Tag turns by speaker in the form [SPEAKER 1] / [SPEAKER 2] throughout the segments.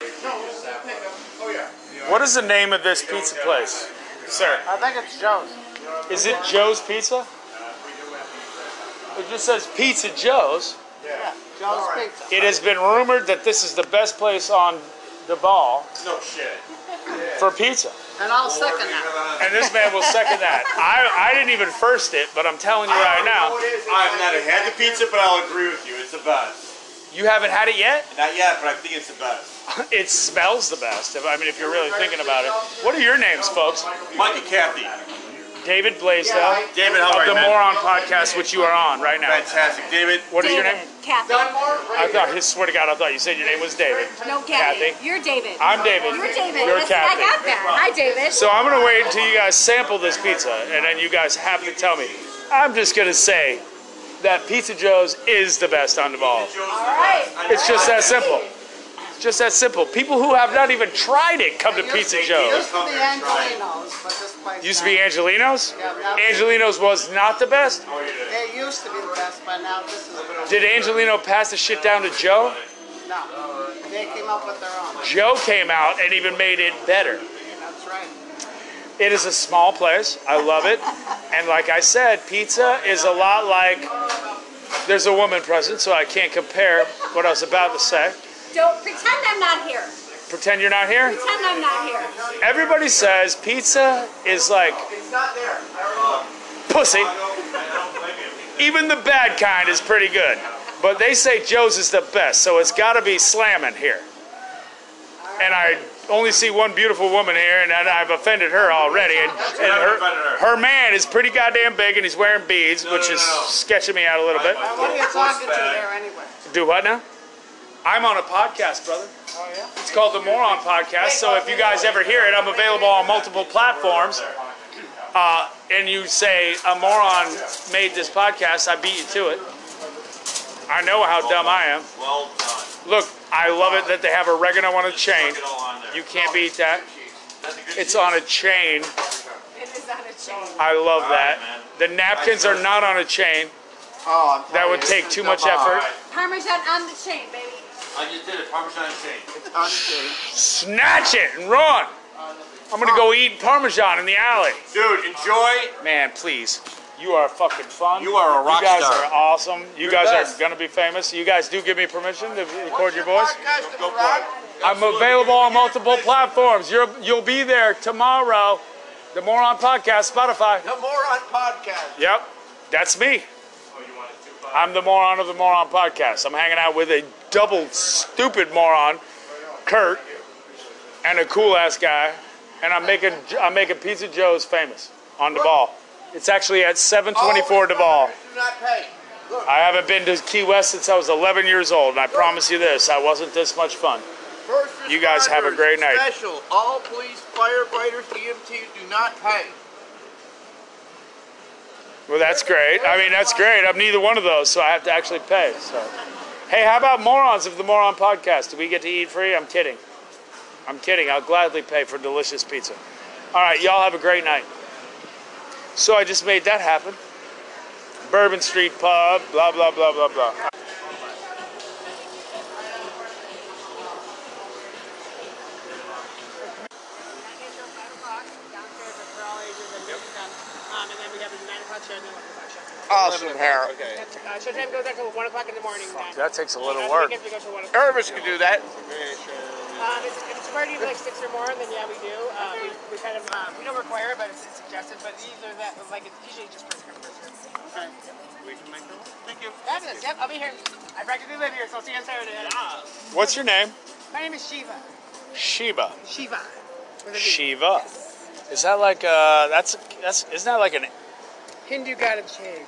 [SPEAKER 1] No, we'll pick up. Oh, yeah.
[SPEAKER 2] What is the name of this pizza place, sir?
[SPEAKER 3] I think it's Joe's.
[SPEAKER 2] Is it Joe's Pizza? It just says Pizza Joe's.
[SPEAKER 3] Yeah, Joe's Pizza.
[SPEAKER 2] It has been rumored that this is the best place on the ball
[SPEAKER 1] No shit.
[SPEAKER 2] for pizza.
[SPEAKER 3] And I'll second that.
[SPEAKER 2] And this man will second that. I, I didn't even first it, but I'm telling you right now,
[SPEAKER 4] I've not had the pizza, but I'll agree with you. It's the best.
[SPEAKER 2] you haven't had it yet.
[SPEAKER 4] Not yet, but I think it's the best.
[SPEAKER 2] It smells the best. If, I mean, if you're really thinking about it. What are your names, folks?
[SPEAKER 4] Mike and Kathy.
[SPEAKER 2] David Blaisdell
[SPEAKER 4] David, how
[SPEAKER 2] of
[SPEAKER 4] are
[SPEAKER 2] the
[SPEAKER 4] you, man?
[SPEAKER 2] Moron Podcast, which you are on right now.
[SPEAKER 4] Fantastic. David,
[SPEAKER 2] What is your
[SPEAKER 5] David,
[SPEAKER 2] name?
[SPEAKER 5] Kathy.
[SPEAKER 2] I thought. Swear to God, I thought you said your name was David.
[SPEAKER 5] No,
[SPEAKER 2] Kathy.
[SPEAKER 5] Kathy. You're David.
[SPEAKER 2] I'm David.
[SPEAKER 5] You're David.
[SPEAKER 2] You're
[SPEAKER 5] That's- I
[SPEAKER 2] Kathy.
[SPEAKER 5] got that. Hi, David.
[SPEAKER 2] So I'm gonna wait until you guys sample this pizza, and then you guys have to tell me. I'm just gonna say that Pizza Joe's is the best on the ball.
[SPEAKER 5] All right.
[SPEAKER 2] It's just that simple. It's Just that simple. People who have not even tried it come to Pizza Joe's.
[SPEAKER 3] Used to be Angelino's, but this place.
[SPEAKER 2] Used to be Angelino's. Angelino's was not the best.
[SPEAKER 3] It used to be the best, but now this is the
[SPEAKER 2] Did Angelino pass the shit down to Joe?
[SPEAKER 3] best. No, they came up with their own.
[SPEAKER 2] Joe came out and even made it better.
[SPEAKER 3] That's right.
[SPEAKER 2] It is a small place. I love it. And like I said, pizza is a lot like there's a woman present, so I can't compare what I was about to say.
[SPEAKER 5] Don't pretend I'm not here.
[SPEAKER 2] Pretend you're not here.
[SPEAKER 5] Pretend I'm not here.
[SPEAKER 2] Everybody says pizza is like pussy. Even the bad kind is pretty good. But they say Joe's is the best, so it's got to be slamming here. And I only see one beautiful woman here, and I- I've offended her already. And, and her, her man is pretty goddamn big, and he's wearing beads, which is sketching me out a little bit.
[SPEAKER 3] Now, what are you talking to there anyway?
[SPEAKER 2] Do what now? I'm on a podcast, brother.
[SPEAKER 3] Oh, yeah?
[SPEAKER 2] It's called the Moron Podcast. So if you guys ever hear it, I'm available on multiple platforms. Uh, and you say a moron made this podcast, I beat you to it. I know how dumb I am.
[SPEAKER 4] well done.
[SPEAKER 2] Look, I love it that they have oregano on a chain.
[SPEAKER 4] Get all on there.
[SPEAKER 2] You can't beat that.
[SPEAKER 4] That's a good
[SPEAKER 2] It's on a chain.
[SPEAKER 5] It is on a chain.
[SPEAKER 2] I love that. The napkins are not on a chain.
[SPEAKER 3] Oh, I'm
[SPEAKER 2] That would
[SPEAKER 3] telling
[SPEAKER 2] take too much effort.
[SPEAKER 5] Parmesan on the chain, baby.
[SPEAKER 4] I just did it. Parmesan and shake.
[SPEAKER 3] you, it's
[SPEAKER 2] Snatch it and run. I'm gonna go eat Parmesan in the alley.
[SPEAKER 4] Dude, enjoy.
[SPEAKER 2] Man, please. You are fucking fun.
[SPEAKER 4] You are a rock
[SPEAKER 2] You guys
[SPEAKER 4] star.
[SPEAKER 2] are awesome. You
[SPEAKER 4] You're
[SPEAKER 2] guys
[SPEAKER 4] the
[SPEAKER 2] are
[SPEAKER 4] best.
[SPEAKER 2] gonna be famous. You guys do give me permission to record your
[SPEAKER 3] your
[SPEAKER 2] voice.
[SPEAKER 3] podcast,
[SPEAKER 4] Go
[SPEAKER 3] Ron?
[SPEAKER 4] for it.
[SPEAKER 2] I'm available on multiple platforms. You're, you'll be there tomorrow. The Moron Podcast, Spotify.
[SPEAKER 1] The Moron Podcast.
[SPEAKER 2] Yep, that's me. I'm the moron of the Moron Podcast. I'm hanging out with a double stupid moron, Kurt, and a cool ass guy, and I'm making I'm making Pizza Joe's famous on the ball. It's actually at 724 Duval.
[SPEAKER 1] Do not pay.
[SPEAKER 2] I haven't been to Key West since I was 11 years old, and I promise you this, I wasn't this much fun.
[SPEAKER 1] First
[SPEAKER 2] You guys have a
[SPEAKER 1] responders,
[SPEAKER 2] great night.
[SPEAKER 1] Special. All police, firefighters, EMT do not pay.
[SPEAKER 2] Well, that's great. I mean, that's great. I'm neither one of those, so I have to actually pay. So, hey, how about morons of the Moron Podcast? Do we get to eat free? I'm kidding. I'm kidding. I'll gladly pay for delicious pizza. All right, y'all have a great night. So I just made that happen. Bourbon Street Pub, blah blah blah blah blah.
[SPEAKER 6] Um, and then we have a 9 o'clock show and then 11 o'clock show.
[SPEAKER 1] Awesome, Harold.
[SPEAKER 6] That's, uh, showtime goes until 1 o'clock in the morning. then.
[SPEAKER 2] That takes a little
[SPEAKER 6] On
[SPEAKER 2] work.
[SPEAKER 6] weekends we go till 1 o'clock.
[SPEAKER 1] Irvis can do that.
[SPEAKER 6] Um, it's, if it's a party of like six or more, then yeah, we do. Uh, we, we kind of, um, we don't require it, but it's, it's suggested. But either that, like, it's usually just first come, first served.
[SPEAKER 4] Thank you.
[SPEAKER 6] Fabulous. Yep, I'll be here. I practically live here, so I'll see you on Saturday.
[SPEAKER 2] What's your name?
[SPEAKER 6] My name is Shiva.
[SPEAKER 2] Shiva.
[SPEAKER 6] Shiva. With a V.
[SPEAKER 2] Shiva. Is that like uh? That's that's isn't that like an
[SPEAKER 6] Hindu god of change.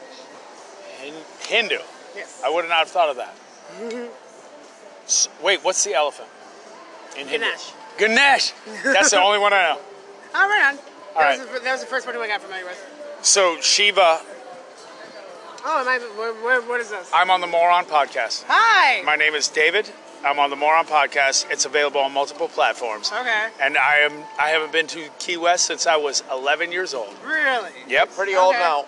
[SPEAKER 2] Hin- Hindu?
[SPEAKER 6] Yes.
[SPEAKER 2] I would not have thought of that. S- Wait, what's the elephant? In Hindi.
[SPEAKER 6] Ganesh.
[SPEAKER 2] Ganesh. That's the only one I know.
[SPEAKER 6] Oh, right on.
[SPEAKER 2] All
[SPEAKER 6] that,
[SPEAKER 2] right.
[SPEAKER 6] was the, that was the first one who I got familiar with.
[SPEAKER 2] So Shiva,
[SPEAKER 6] Oh, am I, where, where, what is this?
[SPEAKER 2] I'm on the Moron Podcast.
[SPEAKER 6] Hi!
[SPEAKER 2] My name is David. I'm on the Moron Podcast. It's available on multiple platforms.
[SPEAKER 6] okay.
[SPEAKER 2] And I am I haven't been to Key West since I was 11 years old.
[SPEAKER 6] Really?
[SPEAKER 2] Yep.
[SPEAKER 1] Pretty old
[SPEAKER 6] Okay.
[SPEAKER 1] now.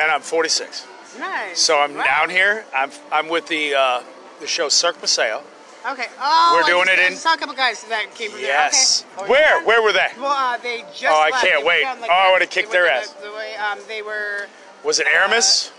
[SPEAKER 2] And I'm 46.
[SPEAKER 6] Nice.
[SPEAKER 2] So I'm
[SPEAKER 6] Wow.
[SPEAKER 2] down here. I'm I'm with the uh, the show Cirque Paseo.
[SPEAKER 6] Okay. Oh,
[SPEAKER 2] We're
[SPEAKER 6] I
[SPEAKER 2] doing
[SPEAKER 6] just-
[SPEAKER 2] it
[SPEAKER 6] I
[SPEAKER 2] in-
[SPEAKER 6] just saw a couple guys that came from
[SPEAKER 2] Yes.
[SPEAKER 6] there. Okay. Oh,
[SPEAKER 2] Where? Where were they?
[SPEAKER 6] Well, uh, they just.
[SPEAKER 2] Oh, I
[SPEAKER 6] left.
[SPEAKER 2] can't
[SPEAKER 6] They were
[SPEAKER 2] wait.
[SPEAKER 6] down,
[SPEAKER 2] Oh, I
[SPEAKER 6] the-
[SPEAKER 2] would've
[SPEAKER 6] they
[SPEAKER 2] kicked
[SPEAKER 6] went
[SPEAKER 2] their
[SPEAKER 6] down
[SPEAKER 2] ass.
[SPEAKER 6] The, the way um, they were.
[SPEAKER 2] Was it Aramis?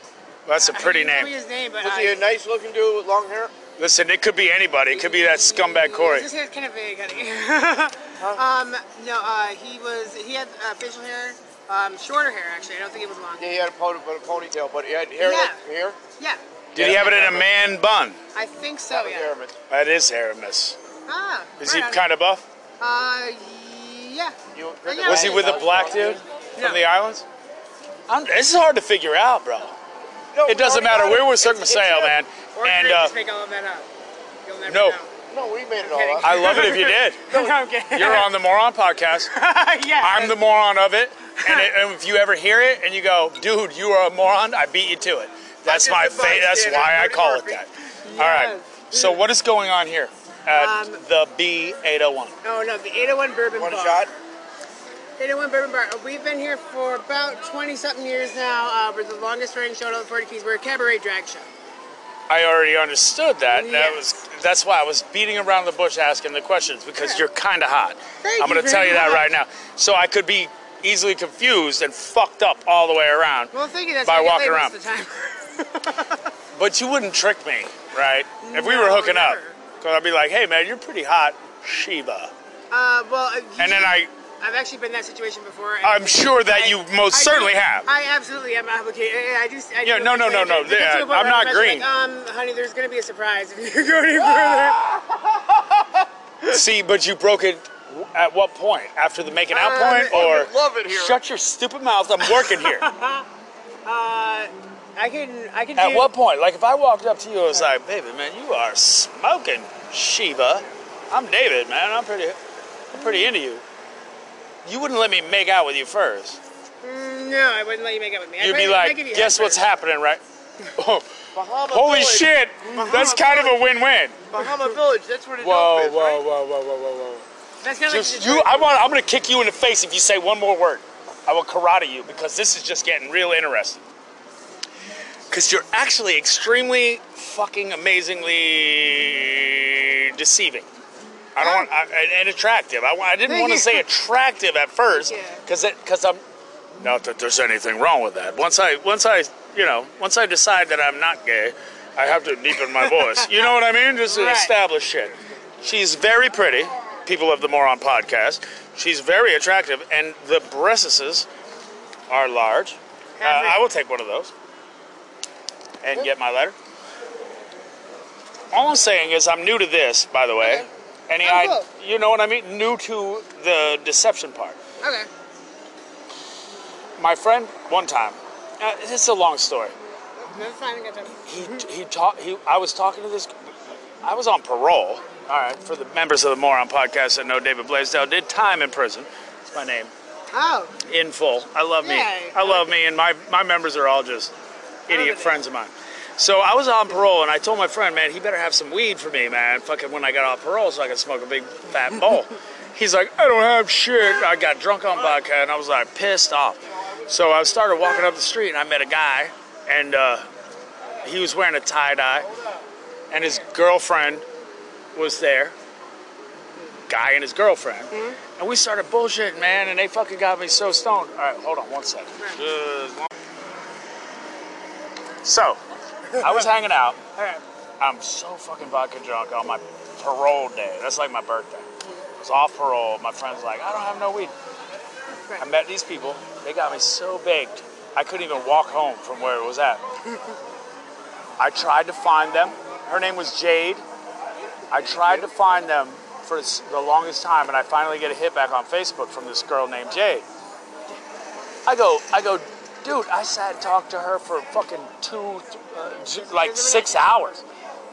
[SPEAKER 2] That's a pretty
[SPEAKER 6] I forget
[SPEAKER 2] name.
[SPEAKER 6] his name, but
[SPEAKER 1] Was
[SPEAKER 6] uh,
[SPEAKER 1] he a nice looking dude with long hair?
[SPEAKER 2] Listen, it could be anybody. It could be that scumbag Corey.
[SPEAKER 6] This is kind of vague, honey. um, no, uh, he was. He had uh, facial hair, um, shorter hair actually. I don't think it was long.
[SPEAKER 1] Yeah, he had a pony- but a ponytail, but he had hair
[SPEAKER 6] Yeah.
[SPEAKER 1] like here.
[SPEAKER 6] Yeah,
[SPEAKER 2] Did he have it in a man bun?
[SPEAKER 6] I think so.
[SPEAKER 1] That was
[SPEAKER 6] Yeah.
[SPEAKER 1] Aramis.
[SPEAKER 2] That is Aramis.
[SPEAKER 6] Ah.
[SPEAKER 2] Is he
[SPEAKER 6] right on.
[SPEAKER 2] kind of buff?
[SPEAKER 6] Uh, yeah.
[SPEAKER 1] You-
[SPEAKER 6] Uh, yeah,
[SPEAKER 2] Was he
[SPEAKER 6] I
[SPEAKER 2] with
[SPEAKER 6] think
[SPEAKER 2] a
[SPEAKER 6] so.
[SPEAKER 2] black dude
[SPEAKER 6] No.
[SPEAKER 2] from the islands? I'm, this is hard to figure out, bro.
[SPEAKER 1] No, we
[SPEAKER 2] It doesn't
[SPEAKER 1] already
[SPEAKER 2] matter.
[SPEAKER 1] got
[SPEAKER 2] We
[SPEAKER 1] it.
[SPEAKER 2] were
[SPEAKER 1] It's- it's
[SPEAKER 2] circumcised,
[SPEAKER 1] him.
[SPEAKER 2] man.
[SPEAKER 6] Or did
[SPEAKER 2] And
[SPEAKER 6] I
[SPEAKER 2] uh,
[SPEAKER 6] just make all of that up? You'll never
[SPEAKER 2] no.
[SPEAKER 6] know.
[SPEAKER 1] No, we made it
[SPEAKER 6] kidding.
[SPEAKER 1] all up.
[SPEAKER 2] I love it if you did.
[SPEAKER 6] No, I'm kidding.
[SPEAKER 2] You're on the Moron Podcast.
[SPEAKER 6] yeah.
[SPEAKER 2] I'm the moron of it. And, it, and if you ever hear it and you go, dude, you are a moron, I beat you to it. That's
[SPEAKER 1] I'm just
[SPEAKER 2] my
[SPEAKER 1] a
[SPEAKER 2] fa- That's
[SPEAKER 1] bystander,
[SPEAKER 2] why I
[SPEAKER 1] Marty
[SPEAKER 2] call it
[SPEAKER 1] Murphy.
[SPEAKER 2] that. All right.
[SPEAKER 6] Yes.
[SPEAKER 2] So what is going on here at
[SPEAKER 6] Um,
[SPEAKER 2] the B801?
[SPEAKER 6] Oh no, the 801 Bourbon
[SPEAKER 1] One
[SPEAKER 6] Bar.
[SPEAKER 1] shot.
[SPEAKER 6] 801 Bourbon Bar. Uh, We've been here for about 20 something years now. Uh, we're the longest running show in the 40 Keys. We're a cabaret drag show.
[SPEAKER 2] I already understood that. and That
[SPEAKER 6] Yes.
[SPEAKER 2] was that's why I was beating around the bush asking the questions because
[SPEAKER 6] Yeah.
[SPEAKER 2] you're kind of hot.
[SPEAKER 6] Thank
[SPEAKER 2] I'm
[SPEAKER 6] you
[SPEAKER 2] going to
[SPEAKER 6] very
[SPEAKER 2] tell you that
[SPEAKER 6] much.
[SPEAKER 2] right now. So I could be easily confused and fucked up all the way around.
[SPEAKER 6] Well, thank you. That's
[SPEAKER 2] By
[SPEAKER 6] why I
[SPEAKER 2] walking
[SPEAKER 6] get laid
[SPEAKER 2] around.
[SPEAKER 6] Most of the time.
[SPEAKER 2] But you wouldn't trick me, right? if we were
[SPEAKER 6] No,
[SPEAKER 2] hooking up,
[SPEAKER 6] never.
[SPEAKER 2] because I'd be like, "Hey, man, you're pretty hot, Sheba,"
[SPEAKER 6] Uh, well, uh,
[SPEAKER 2] and then I,
[SPEAKER 6] I've actually been in that situation before. and
[SPEAKER 2] I'm sure that
[SPEAKER 6] I-
[SPEAKER 2] you most
[SPEAKER 6] I do-
[SPEAKER 2] certainly have.
[SPEAKER 6] I absolutely am obligated. I I do. I do
[SPEAKER 2] Yeah, no, no, no, no,
[SPEAKER 6] It gets
[SPEAKER 2] yeah,
[SPEAKER 6] to a point
[SPEAKER 2] I'm
[SPEAKER 6] where
[SPEAKER 2] not
[SPEAKER 6] the restaurant's
[SPEAKER 2] green.
[SPEAKER 6] Like, um, honey, there's gonna be a surprise if you go any further.
[SPEAKER 2] See, but you broke it at what point? After the making out
[SPEAKER 6] Um,
[SPEAKER 2] point, or
[SPEAKER 1] love it here.
[SPEAKER 2] shut your stupid mouth? I'm working here.
[SPEAKER 6] Uh, I can. I can.
[SPEAKER 2] At
[SPEAKER 6] do,
[SPEAKER 2] what point? Like if I walked up to you, I was like, "Baby, man, you are smoking, Sheba." I'm David, man. I'm pretty, I'm pretty into you. You wouldn't let me make out with you first.
[SPEAKER 6] Mm, No, I wouldn't let you make up with me. I'd
[SPEAKER 2] You'd be
[SPEAKER 6] probably- I'd
[SPEAKER 2] like,
[SPEAKER 6] give you
[SPEAKER 2] "Guess
[SPEAKER 6] head
[SPEAKER 2] what's
[SPEAKER 6] first.
[SPEAKER 2] happening, right?" Oh,
[SPEAKER 1] Bahama
[SPEAKER 2] holy
[SPEAKER 1] Village.
[SPEAKER 2] shit! That's kind of a win-win.
[SPEAKER 1] Bahama Village. That's where the dope
[SPEAKER 2] Whoa, whoa,
[SPEAKER 1] is, right?
[SPEAKER 2] whoa, whoa, whoa, whoa, whoa!
[SPEAKER 6] That's kind of
[SPEAKER 2] Just
[SPEAKER 6] like
[SPEAKER 2] you, I want. I'm gonna kick you in the face if you say one more word. I will karate you because this is just getting real interesting. Because you're actually extremely fucking amazingly deceiving. I don't want I, and, and attractive. I, wa- I didn't
[SPEAKER 6] Thank
[SPEAKER 2] want to
[SPEAKER 6] you.
[SPEAKER 2] say attractive at first
[SPEAKER 6] you.
[SPEAKER 2] because because I'm not that there's anything wrong with that. Once I once I you know once I decide that I'm not gay, I have to deepen my voice. You know what I mean? Just to
[SPEAKER 6] Right.
[SPEAKER 2] establish shit. She's very pretty. People of the Moron podcast. She's very attractive, and the breastises are large. Uh,
[SPEAKER 6] Average.
[SPEAKER 2] I will take one of those and get my letter. All I'm saying is I'm new to this, by the way. Any
[SPEAKER 6] Oh,
[SPEAKER 2] I,
[SPEAKER 6] cool.
[SPEAKER 2] you know what I mean? New to the deception part.
[SPEAKER 6] Okay.
[SPEAKER 2] My friend, one time, uh, this is a long story.
[SPEAKER 6] That's fine. I got them.
[SPEAKER 2] He he taught he. I was talking to this. I was on parole. All right, for the members of the Moron Podcast that know David Blaisdell did time in prison. That's my name
[SPEAKER 6] Oh,
[SPEAKER 2] in full. I love me.
[SPEAKER 6] Yay.
[SPEAKER 2] I love me, and my, my members are all just idiot
[SPEAKER 6] it.
[SPEAKER 2] friends of mine. So I was on parole, and I told my friend, man, he better have some weed for me, man, fucking when I got off parole so I could smoke a big fat bowl. He's like, I don't have shit. I got drunk on vodka, and I was like pissed off. So I started walking up the street, and I met a guy, and uh, he was wearing a tie dye, and his girlfriend was there. Guy and his girlfriend. And we started bullshitting, man, and they fucking got me so stoned. All right, hold on one second. So, I was hanging out.
[SPEAKER 6] all right.
[SPEAKER 2] I'm so fucking vodka drunk on my parole day. That's like my birthday. I was off parole. My friend's like, I don't have no weed. I met these people. They got me so baked, I couldn't even walk home from where it was at. I tried to find them. Her name was Jade. I tried to find them for s- the longest time, and I finally get a hit back on Facebook from this girl named Jade. I go, I go, dude. I sat and talked to her for fucking two, th- uh, j- like six hours,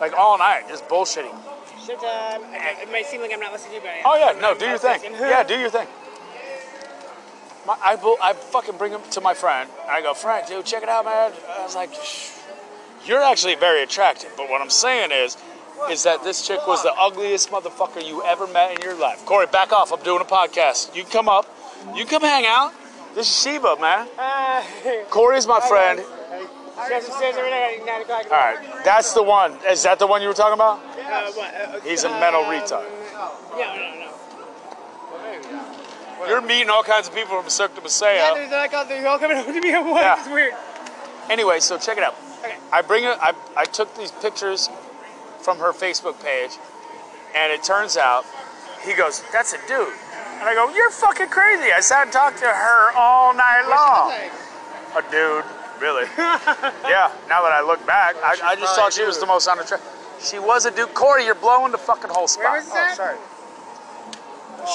[SPEAKER 2] like all night, just bullshitting.
[SPEAKER 6] Shit, um, I- it might seem like I'm not listening to you, but I
[SPEAKER 2] Oh
[SPEAKER 6] am.
[SPEAKER 2] yeah,
[SPEAKER 6] I'm
[SPEAKER 2] no,
[SPEAKER 6] not
[SPEAKER 2] do your thing.
[SPEAKER 6] listening.
[SPEAKER 2] Yeah, do your thing. My, I, bu- I fucking bring him to my friend. and I go, Frank, dude, check it out, man. I was like, "Shh, you're actually very attractive, but what I'm saying is, is that this chick was the ugliest motherfucker you ever met in your life. Corey, back off. I'm doing a podcast. You can come up. You can come hang out. This is Sheba, man.
[SPEAKER 6] Uh,
[SPEAKER 2] Corey's my friend.
[SPEAKER 6] She has upstairs every night at 9 o'clock.
[SPEAKER 2] Oh. All right, that's the one. Is that the one you were talking about?
[SPEAKER 6] Uh, what, uh,
[SPEAKER 2] He's a mental retard.
[SPEAKER 6] Yeah, no, no.
[SPEAKER 2] You're meeting all kinds of people from Cirque du
[SPEAKER 6] Yeah,
[SPEAKER 2] Soleil.
[SPEAKER 6] there's like all, they're all coming over to me at once.
[SPEAKER 2] Yeah.
[SPEAKER 6] It's weird.
[SPEAKER 2] Anyway, so check it out.
[SPEAKER 6] Okay.
[SPEAKER 2] I bring it. I I took these pictures from her Facebook page, and it turns out he goes, "That's a dude," and I go, "You're fucking crazy." I sat and talked to her all night long.
[SPEAKER 6] Like,
[SPEAKER 2] a dude, really. yeah, now that I look back, I, I just thought she was the most unattractive. She was a dude. Corey, you're blowing the fucking whole spot.
[SPEAKER 6] Where was that?
[SPEAKER 3] Sorry.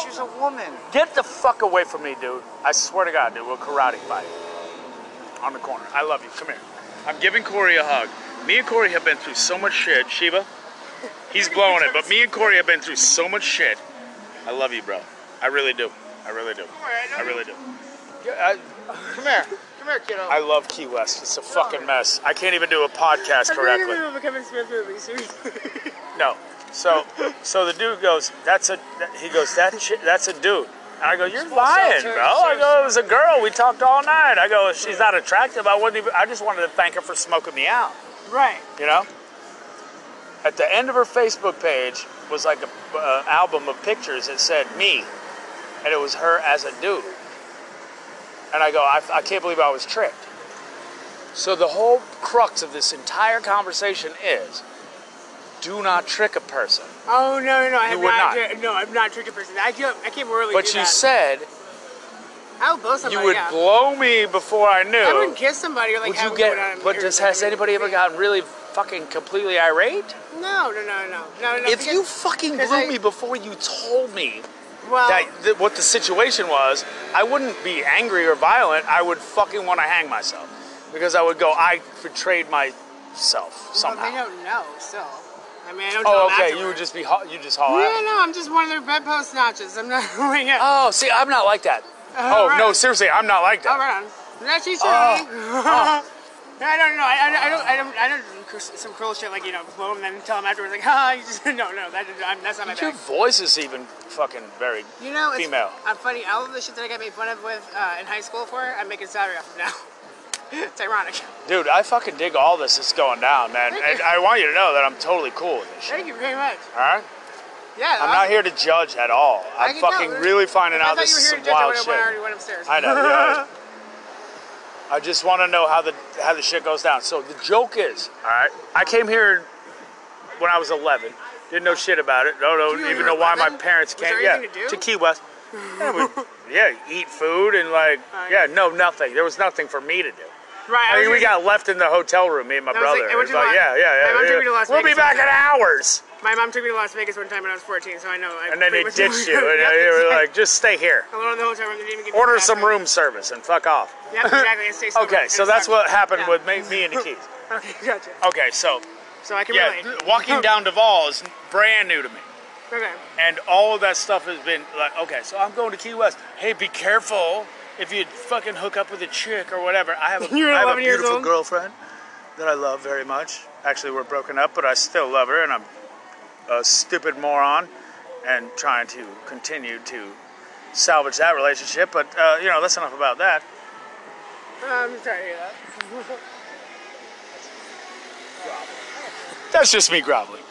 [SPEAKER 3] She's a woman.
[SPEAKER 2] Get the fuck away from me, dude. I swear to God, dude, we'll karate fight. On the corner. I love you. Come here. I'm giving Corey a hug. Me and Corey have been through so much shit. Sheba, he's blowing it, but me and Corey have been through so much shit. I love you, bro. I really do. I really do. I really do. Yeah, I-
[SPEAKER 6] Come here. Come here, kiddo.
[SPEAKER 2] I love Key West. It's a fucking mess. I can't even do a podcast
[SPEAKER 6] I'm really
[SPEAKER 2] correctly.
[SPEAKER 6] gonna become a Smith movie, seriously.
[SPEAKER 2] No. So, so the dude goes, "That's a," that- he goes, "That chi- that's a dude." And I go, "You're lying, bro." I go, "It was a girl. We talked all night." I go, "If "She's not attractive. I wouldn't even." I just wanted to thank her for smoking me out.
[SPEAKER 6] right.
[SPEAKER 2] You know. At the end of her Facebook page was like a uh, album of pictures that said me, and it was her as a dude. And I go, I, I can't believe I was tricked. So the whole crux of this entire conversation is, do not trick a person.
[SPEAKER 6] Oh no no no! I have
[SPEAKER 2] You would not.
[SPEAKER 6] dri- No, I'm not a tricky person. I can't. I can't really.
[SPEAKER 2] But
[SPEAKER 6] do
[SPEAKER 2] you
[SPEAKER 6] that. Oh
[SPEAKER 2] said
[SPEAKER 6] I would blow somebody.
[SPEAKER 2] you would
[SPEAKER 6] yeah.
[SPEAKER 2] blow me before I knew.
[SPEAKER 6] I wouldn't kiss somebody or like.
[SPEAKER 2] would
[SPEAKER 6] have
[SPEAKER 2] you
[SPEAKER 6] it going
[SPEAKER 2] get?
[SPEAKER 6] on
[SPEAKER 2] But
[SPEAKER 6] or
[SPEAKER 2] just
[SPEAKER 6] something.
[SPEAKER 2] has anybody ever gotten really fucking completely irate?
[SPEAKER 6] No no no no no no.
[SPEAKER 2] If you
[SPEAKER 6] because-
[SPEAKER 2] fucking
[SPEAKER 6] because
[SPEAKER 2] blew
[SPEAKER 6] I-
[SPEAKER 2] me before you told me
[SPEAKER 6] well,
[SPEAKER 2] that, that what the situation was, I wouldn't be angry or violent. I would fucking want to hang myself because I would go, I betrayed myself
[SPEAKER 6] well, they
[SPEAKER 2] somehow.
[SPEAKER 6] don't know still. I mean I don't.
[SPEAKER 2] Oh,
[SPEAKER 6] know
[SPEAKER 2] okay.
[SPEAKER 6] afterwards.
[SPEAKER 2] You would just be ho- you just haul
[SPEAKER 6] Yeah
[SPEAKER 2] out.
[SPEAKER 6] no, I'm just one of their bedpost notches. I'm not going out.
[SPEAKER 2] Oh, see, I'm not like that. Oh no,
[SPEAKER 6] right.
[SPEAKER 2] seriously, I'm not like
[SPEAKER 6] All
[SPEAKER 2] that.
[SPEAKER 6] right. That's you,
[SPEAKER 2] Oh.
[SPEAKER 6] Shirley. I don't know. I, I, I don't. I don't. I don't. do Some cruel shit like you know, blow them and then tell them afterwards like, ha, you just no, no. That, I'm, that's not my
[SPEAKER 2] Your
[SPEAKER 6] bag.
[SPEAKER 2] voice is even fucking very
[SPEAKER 6] You know, it's,
[SPEAKER 2] female.
[SPEAKER 6] I'm funny. All of the shit that I got made fun of with uh, in high school for, I'm making salary off of now. it's ironic.
[SPEAKER 2] Dude, I fucking dig all this that's going down, man.
[SPEAKER 6] Thank
[SPEAKER 2] And
[SPEAKER 6] you.
[SPEAKER 2] I want you to know that I'm totally cool with this shit.
[SPEAKER 6] Thank you very much.
[SPEAKER 2] All right?
[SPEAKER 6] Yeah.
[SPEAKER 2] I'm not here to judge at all. I'm
[SPEAKER 6] can
[SPEAKER 2] fucking
[SPEAKER 6] tell.
[SPEAKER 2] really finding
[SPEAKER 6] I
[SPEAKER 2] out
[SPEAKER 6] thought
[SPEAKER 2] this
[SPEAKER 6] you were
[SPEAKER 2] is some
[SPEAKER 6] here to judge. I
[SPEAKER 2] wild
[SPEAKER 6] would've
[SPEAKER 2] shit.
[SPEAKER 6] went- I already went upstairs.
[SPEAKER 2] I know. Yeah. I just want to know how the how the shit goes down. So the joke is, all right. I came here when I was 11. Didn't know shit about it. No, no,
[SPEAKER 6] You
[SPEAKER 2] even
[SPEAKER 6] were
[SPEAKER 2] know why my
[SPEAKER 6] 11?
[SPEAKER 2] parents
[SPEAKER 6] Was there
[SPEAKER 2] came. Yeah,
[SPEAKER 6] anything to do?
[SPEAKER 2] Key West. yeah, we- yeah, eat food and like,
[SPEAKER 6] Alright.
[SPEAKER 2] yeah, no, nothing. There was nothing for me to do.
[SPEAKER 6] right.
[SPEAKER 2] I mean,
[SPEAKER 6] was
[SPEAKER 2] we
[SPEAKER 6] gonna-
[SPEAKER 2] got left in the hotel room, me and my
[SPEAKER 6] That was
[SPEAKER 2] brother.
[SPEAKER 6] like- I
[SPEAKER 2] It
[SPEAKER 6] went
[SPEAKER 2] was
[SPEAKER 6] to
[SPEAKER 2] like,
[SPEAKER 6] Las-
[SPEAKER 2] yeah, yeah,
[SPEAKER 6] my
[SPEAKER 2] yeah.
[SPEAKER 6] mom took
[SPEAKER 2] yeah.
[SPEAKER 6] me to Las
[SPEAKER 2] we'll be
[SPEAKER 6] Vegas
[SPEAKER 2] back in
[SPEAKER 6] one
[SPEAKER 2] hours.
[SPEAKER 6] My mom took me to Las Vegas one time when I was 14, so I know. I
[SPEAKER 2] And then they
[SPEAKER 6] pretty much
[SPEAKER 2] ditched you.
[SPEAKER 6] know-
[SPEAKER 2] And
[SPEAKER 6] Yep,
[SPEAKER 2] they were
[SPEAKER 6] exactly.
[SPEAKER 2] like, just stay here.
[SPEAKER 6] alone in the hotel room. They didn't even give me
[SPEAKER 2] Order
[SPEAKER 6] the
[SPEAKER 2] some room
[SPEAKER 6] bathroom.
[SPEAKER 2] service and fuck off.
[SPEAKER 6] Yep, exactly. And stay sober.
[SPEAKER 2] Okay,
[SPEAKER 6] And
[SPEAKER 2] so that's
[SPEAKER 6] sorry.
[SPEAKER 2] what happened
[SPEAKER 6] Yeah.
[SPEAKER 2] with me, me and the keys.
[SPEAKER 6] Okay, gotcha.
[SPEAKER 2] Okay, so
[SPEAKER 6] So I can
[SPEAKER 2] yeah,
[SPEAKER 6] relate.
[SPEAKER 2] th- walking down Duval is brand new to me,
[SPEAKER 6] Okay.
[SPEAKER 2] and all of that stuff has been like, okay, so I'm going to Key West. Hey, be careful if you fucking hook up with a chick or whatever. I have a,
[SPEAKER 6] You're
[SPEAKER 2] I have a
[SPEAKER 6] 11 years
[SPEAKER 2] beautiful
[SPEAKER 6] old.
[SPEAKER 2] girlfriend that I love very much. Actually, we're broken up, but I still love her, and I'm a stupid moron and trying to continue to salvage that relationship. But uh, you know, that's enough about that.
[SPEAKER 6] I'm sorry to hear that.
[SPEAKER 2] That's just me groveling.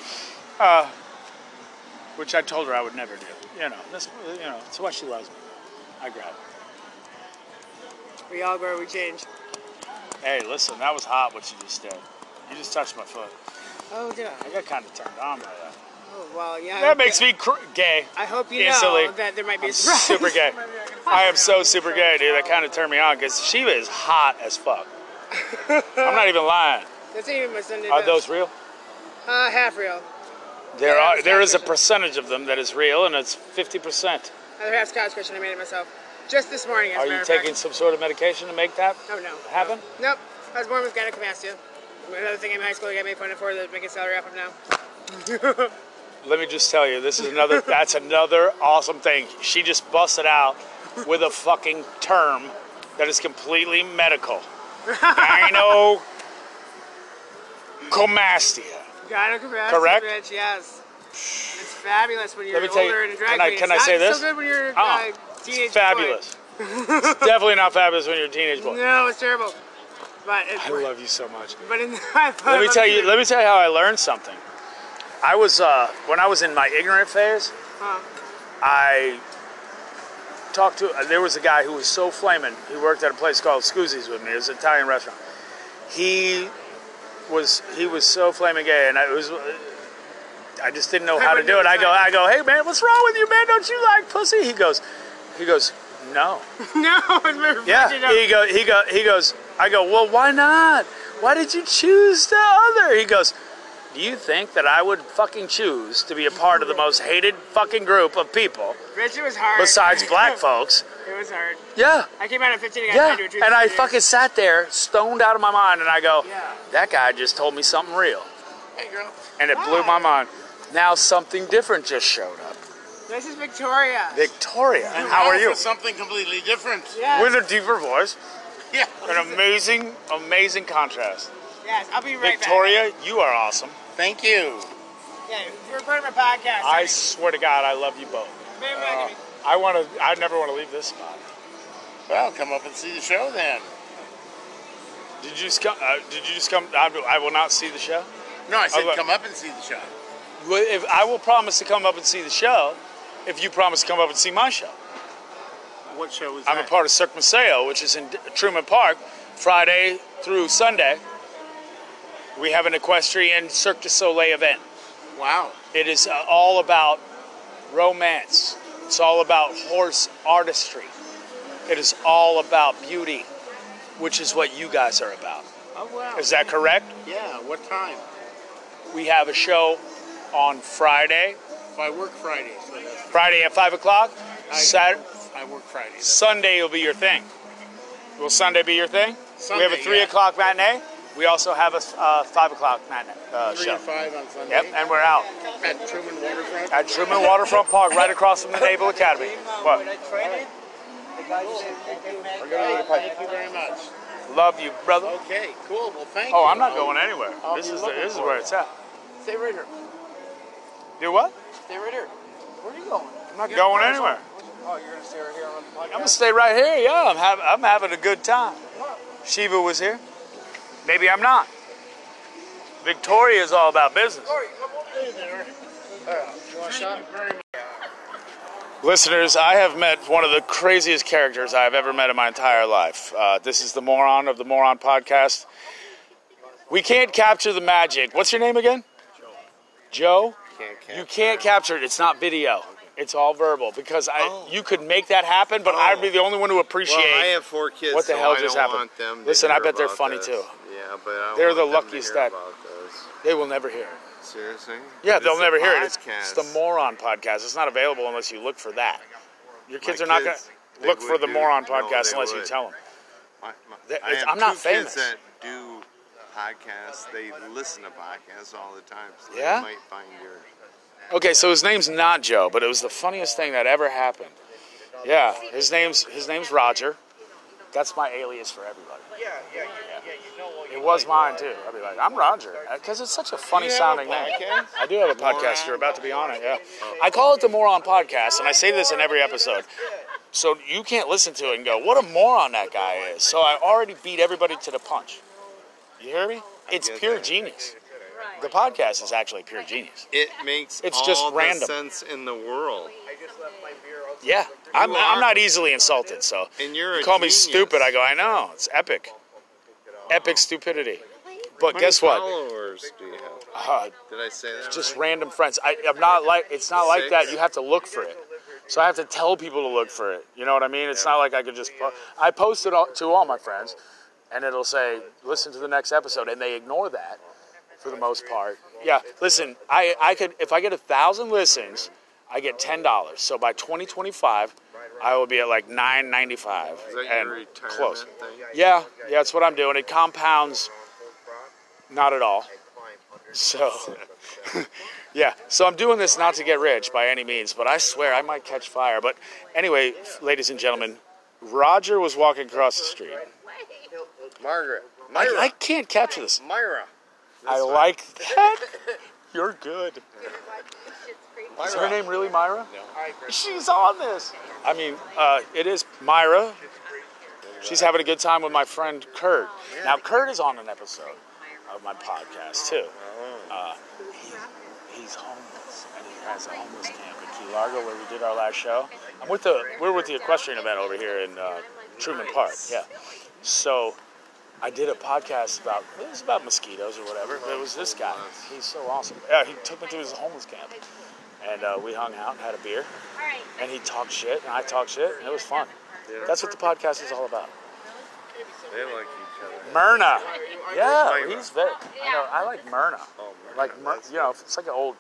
[SPEAKER 2] Uh, which I told her I would never do. You know, that's you know, it's why she loves me. I grovel.
[SPEAKER 6] We all grow, we change.
[SPEAKER 2] Hey, listen, that was hot what you just did. You just touched my foot.
[SPEAKER 6] Oh, yeah.
[SPEAKER 2] I got kind of turned on by that.
[SPEAKER 6] Oh, well, yeah.
[SPEAKER 2] That makes me cr- gay.
[SPEAKER 6] I hope you
[SPEAKER 2] Instantly.
[SPEAKER 6] know that there might be a surprise.
[SPEAKER 2] Super gay. I am so super gay, dude. That kind of turned me on because Shiva is hot as fuck. I'm not even lying.
[SPEAKER 6] That's even my Sunday
[SPEAKER 2] Are
[SPEAKER 6] best.
[SPEAKER 2] those real?
[SPEAKER 6] Uh, half real.
[SPEAKER 2] There
[SPEAKER 6] Yeah,
[SPEAKER 2] are.
[SPEAKER 6] it's
[SPEAKER 2] There is a
[SPEAKER 6] catfishing.
[SPEAKER 2] percentage of them that is real, and it's 50%.
[SPEAKER 6] Other half Scotch Christian, I made it myself. Just this morning, as
[SPEAKER 2] Are
[SPEAKER 6] a matter
[SPEAKER 2] you
[SPEAKER 6] of
[SPEAKER 2] taking
[SPEAKER 6] fact.
[SPEAKER 2] some sort of medication to make that
[SPEAKER 6] Oh, no.
[SPEAKER 2] happen?
[SPEAKER 6] Nope. I was born with gynecomastia. Another thing in high school I got made fun of for that I'm making salary off of now.
[SPEAKER 2] Let me just tell you, this is another. that's another awesome thing. She just busted out with a fucking term that is completely medical. Gynecomastia.
[SPEAKER 6] Gynecomastia,
[SPEAKER 2] Correct?
[SPEAKER 6] bitch, yes. It's fabulous when you're
[SPEAKER 2] me tell you-
[SPEAKER 6] older and a drag
[SPEAKER 2] can I-
[SPEAKER 6] queen.
[SPEAKER 2] can
[SPEAKER 6] It's
[SPEAKER 2] I say
[SPEAKER 6] not
[SPEAKER 2] this?
[SPEAKER 6] so good when you're
[SPEAKER 2] Oh,
[SPEAKER 6] uh,
[SPEAKER 2] it's
[SPEAKER 6] teenage boy.
[SPEAKER 2] Fabulous. it's definitely not fabulous when you're a teenage boy.
[SPEAKER 6] No, it's terrible. But it,
[SPEAKER 2] I love you so much.
[SPEAKER 6] but in, I
[SPEAKER 2] Let me
[SPEAKER 6] love
[SPEAKER 2] tell you. Let me tell you how I learned something. I was uh, when I was in my ignorant phase. I talked to. uh, There was a guy who was so flaming. He worked at a place called Scuzzi's with me. It was an Italian restaurant. He was he was so flaming gay, and I it was. uh, I just didn't know how to do it. I go, I go, hey man, what's wrong with you, man? Don't you like pussy? He goes, he goes, no.
[SPEAKER 6] No, it's very
[SPEAKER 2] Yeah.
[SPEAKER 6] virgin, no.
[SPEAKER 2] He go he go he goes I go, Well why not? Why did you choose the other? He goes, Do you think that I would fucking choose to be a part of the most hated fucking group of people
[SPEAKER 6] Virgin was hard.
[SPEAKER 2] besides black folks?
[SPEAKER 6] It was hard.
[SPEAKER 2] Yeah.
[SPEAKER 6] I came out at 15 and got
[SPEAKER 2] Yeah.
[SPEAKER 6] married to a truth
[SPEAKER 2] And I
[SPEAKER 6] teacher.
[SPEAKER 2] fucking sat there stoned out of my mind and I go,
[SPEAKER 6] Yeah.
[SPEAKER 2] That guy just told me something real.
[SPEAKER 6] Hey, girl.
[SPEAKER 2] And it blew my mind. Now something different just showed up.
[SPEAKER 6] This is Victoria.
[SPEAKER 2] Victoria, how are you?
[SPEAKER 1] Something completely different.
[SPEAKER 6] Yes.
[SPEAKER 2] With a deeper voice,
[SPEAKER 1] Yeah.
[SPEAKER 2] an amazing, amazing contrast.
[SPEAKER 6] yes, I'll be right
[SPEAKER 2] Victoria, you are awesome.
[SPEAKER 1] Thank you.
[SPEAKER 6] back. Yeah, we're recording my podcast.
[SPEAKER 2] I Oh. swear to God, I love you both.
[SPEAKER 6] Maybe I can be-
[SPEAKER 2] I want to. I never want to leave this spot.
[SPEAKER 1] Well, come up and see the show then.
[SPEAKER 2] Did you just come? Uh, did you just come? I, I will not see the show.
[SPEAKER 1] No, I said
[SPEAKER 2] Oh, look.
[SPEAKER 1] come up and see the show.
[SPEAKER 2] Well, If I will promise to come up and see the show, if you promise to come up and see my show,
[SPEAKER 1] What show was
[SPEAKER 2] I'm a part of Cirque Museo, which is in D- Truman Park, Friday through Sunday. We have an equestrian Cirque du Soleil event.
[SPEAKER 1] Wow.
[SPEAKER 2] It is uh, all about romance. It's all about horse artistry. It is all about beauty, which is what you guys are about.
[SPEAKER 1] Oh wow.
[SPEAKER 2] Is that correct?
[SPEAKER 1] Yeah. What time?
[SPEAKER 2] We have a show on Friday,
[SPEAKER 1] I work Fridays. so that's-
[SPEAKER 2] Friday at five o'clock. Saturday,
[SPEAKER 1] I work Fridays.
[SPEAKER 2] Sunday will be your thing. Will Sunday be your thing? we have
[SPEAKER 1] Sunday,
[SPEAKER 2] a three
[SPEAKER 1] yeah.
[SPEAKER 2] o'clock matinee. We also have a uh, five o'clock matinee uh,
[SPEAKER 1] Three
[SPEAKER 2] show.
[SPEAKER 1] to five on Sunday.
[SPEAKER 2] Yep, and we're out
[SPEAKER 1] At Truman Waterfront.
[SPEAKER 2] at Truman Waterfront Park, right across from the Naval Academy. What?
[SPEAKER 1] Thank you very much.
[SPEAKER 2] Love you, brother.
[SPEAKER 1] Okay. Cool. Well, thank you.
[SPEAKER 2] Oh, I'm not
[SPEAKER 1] I'll-
[SPEAKER 2] going anywhere.
[SPEAKER 1] I'll
[SPEAKER 2] This
[SPEAKER 1] be
[SPEAKER 2] is the,
[SPEAKER 1] looking
[SPEAKER 2] this is
[SPEAKER 1] for
[SPEAKER 2] where
[SPEAKER 1] it.
[SPEAKER 2] it's at.
[SPEAKER 3] Stay right here.
[SPEAKER 2] Do what?
[SPEAKER 3] Stay right here. Where are you going?
[SPEAKER 2] I'm not going anywhere.
[SPEAKER 3] Oh, you're gonna stay right here on the podcast.
[SPEAKER 2] I'm gonna stay right here. Yeah, I'm having I'm having a good time. Shiva was here. Maybe I'm not. Victoria is all about business. Listeners, I have met one of the craziest characters I have ever met in my entire life. Uh, this is the moron of the moron podcast. We can't capture the magic. What's your name again? Joe. Joe? you can't capture it. It's not video. It's all verbal because I you could make that happen, but I'd be the only one who appreciate.
[SPEAKER 7] Oh. Well, I have four kids.
[SPEAKER 2] What the
[SPEAKER 7] so
[SPEAKER 2] hell
[SPEAKER 7] I
[SPEAKER 2] just
[SPEAKER 7] don't
[SPEAKER 2] happened?
[SPEAKER 7] Want them to
[SPEAKER 2] Listen, I
[SPEAKER 7] hear
[SPEAKER 2] bet they're
[SPEAKER 7] about
[SPEAKER 2] funny,
[SPEAKER 7] this.
[SPEAKER 2] too.
[SPEAKER 7] Yeah, but I
[SPEAKER 2] They're
[SPEAKER 7] want
[SPEAKER 2] the
[SPEAKER 7] them to
[SPEAKER 2] luckiest
[SPEAKER 7] hear
[SPEAKER 2] that-
[SPEAKER 7] about this.
[SPEAKER 2] they will never hear it.
[SPEAKER 7] Seriously?
[SPEAKER 2] Yeah,
[SPEAKER 7] But
[SPEAKER 2] they'll
[SPEAKER 7] it's a
[SPEAKER 2] never hear it. It's, it's
[SPEAKER 7] podcast.
[SPEAKER 2] the Moron Podcast. It's not available unless you look for that. Your kids
[SPEAKER 7] My
[SPEAKER 2] are not going
[SPEAKER 7] kids,
[SPEAKER 2] to
[SPEAKER 7] they
[SPEAKER 2] look for
[SPEAKER 7] would
[SPEAKER 2] the
[SPEAKER 7] do-
[SPEAKER 2] Moron
[SPEAKER 7] no,
[SPEAKER 2] Podcast
[SPEAKER 7] they
[SPEAKER 2] unless you
[SPEAKER 7] would.
[SPEAKER 2] tell them.
[SPEAKER 7] My, my,
[SPEAKER 2] Th-
[SPEAKER 7] I
[SPEAKER 2] it's-
[SPEAKER 7] have
[SPEAKER 2] I'm not
[SPEAKER 7] two
[SPEAKER 2] famous.
[SPEAKER 7] Kids that do podcasts. They listen to podcasts all the time. So
[SPEAKER 2] Yeah?
[SPEAKER 7] They might find your.
[SPEAKER 2] Okay, so his name's not Joe, but it was the funniest thing that ever happened. Yeah, his name's his name's Roger. That's my alias for everybody. Yeah, yeah, yeah. You know, it was mine too. I'd be like, I'm Roger, because it's such a funny sounding name. I do have a podcast. You're about to be on it. Yeah, I call it the Moron Podcast, and I say this in every episode. So you can't listen to it and go, "What a moron that guy is." So I already beat everybody to the punch. You hear me? It's
[SPEAKER 7] get
[SPEAKER 2] pure
[SPEAKER 7] that.
[SPEAKER 2] genius. The podcast is actually pure genius.
[SPEAKER 7] It makes
[SPEAKER 2] It's
[SPEAKER 7] all
[SPEAKER 2] just
[SPEAKER 7] the
[SPEAKER 2] random.
[SPEAKER 7] sense in the world.
[SPEAKER 2] Yeah, I'm,
[SPEAKER 7] You
[SPEAKER 2] I'm
[SPEAKER 7] are-
[SPEAKER 2] not easily insulted. So
[SPEAKER 7] And you're
[SPEAKER 2] you
[SPEAKER 7] a
[SPEAKER 2] call
[SPEAKER 7] genius.
[SPEAKER 2] me stupid. I go, I know. It's epic, epic stupidity. But
[SPEAKER 7] How
[SPEAKER 2] guess
[SPEAKER 7] many
[SPEAKER 2] what?
[SPEAKER 7] Followers do you have?
[SPEAKER 2] Uh,
[SPEAKER 7] Did I say that?
[SPEAKER 2] just
[SPEAKER 7] right?
[SPEAKER 2] random friends. I, I'm not like it's not like that.
[SPEAKER 7] Six.
[SPEAKER 2] You have to look for it. So I have to tell people to look for it. You know what I mean? It's not like I could just. Po- I post it all, to all my friends, and it'll say, "Listen to the next episode," and they ignore that for the most part. Yeah, listen. I I could if I get a thousand listens, I get ten dollars. So by 2025, I will be at like 9.95
[SPEAKER 7] Is that
[SPEAKER 2] and
[SPEAKER 7] your retirement
[SPEAKER 2] close.
[SPEAKER 7] thing?
[SPEAKER 2] Yeah, yeah, that's what I'm doing. It compounds, not at all. So, yeah, so I'm doing this not to get rich by any means, but I swear I might catch fire. But anyway, ladies and gentlemen, Roger was walking across the street.
[SPEAKER 7] Margaret.
[SPEAKER 2] I,
[SPEAKER 7] Myra.
[SPEAKER 2] I can't capture this.
[SPEAKER 7] Myra.
[SPEAKER 2] I like that. You're good. Is her
[SPEAKER 7] Myra.
[SPEAKER 2] name really Myra? She's on this. I mean, uh, it is Myra. She's having a good time with my friend Kurt. Now Kurt is on an episode of my podcast too. Uh, he, he's homeless and he has a homeless camp in Key Largo where we did our last show. I'm with the we're with the equestrian event over here in uh, Truman Park. Yeah. So I did a podcast about it was about mosquitoes or whatever. But it was this guy. He's so awesome. Yeah, he took me to his homeless camp, and uh, we hung out and had a beer, and he talked shit and I talked shit, and it was fun. That's what the podcast is all about.
[SPEAKER 7] They like each other.
[SPEAKER 2] Myrna. Yeah,
[SPEAKER 7] Myrna.
[SPEAKER 2] he's very. I, know, I like Myrna.
[SPEAKER 7] Oh, Myrna,
[SPEAKER 2] Like Myr-
[SPEAKER 7] that's
[SPEAKER 2] you know, it's like an old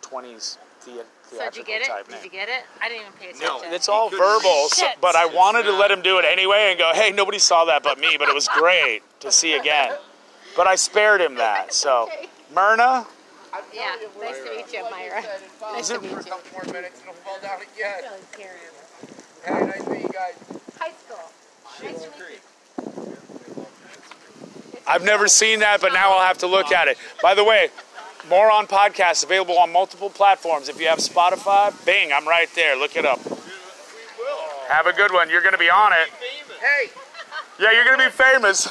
[SPEAKER 2] '20s
[SPEAKER 8] So
[SPEAKER 2] the-
[SPEAKER 8] did you
[SPEAKER 2] theatrical
[SPEAKER 8] get it?
[SPEAKER 2] type
[SPEAKER 8] Did you
[SPEAKER 2] name.
[SPEAKER 8] get it? I didn't even pay
[SPEAKER 7] No.
[SPEAKER 8] attention.
[SPEAKER 2] It's all verbal, so-
[SPEAKER 8] Shit.
[SPEAKER 2] but I wanted to let him do it anyway and go, "Hey, nobody saw that but me," but it was great to see again. But I spared him that. So, Myrna,
[SPEAKER 8] yeah. Nice to meet you, Myra.
[SPEAKER 2] is it
[SPEAKER 3] For a couple more minutes and it'll fall down again. Hey, nice to meet you guys.
[SPEAKER 5] High school. Nice to meet you.
[SPEAKER 2] I've never seen that, but now I'll have to look at it. By the way, Moron Podcast available on multiple platforms. If you have Spotify, Bing, I'm right there. Look it up. Have a good one. You're going to be on it.
[SPEAKER 3] Hey,
[SPEAKER 2] Yeah, you're going to be famous.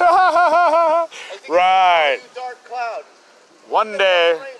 [SPEAKER 2] right.
[SPEAKER 3] dark cloud.
[SPEAKER 2] One day.
[SPEAKER 3] Rain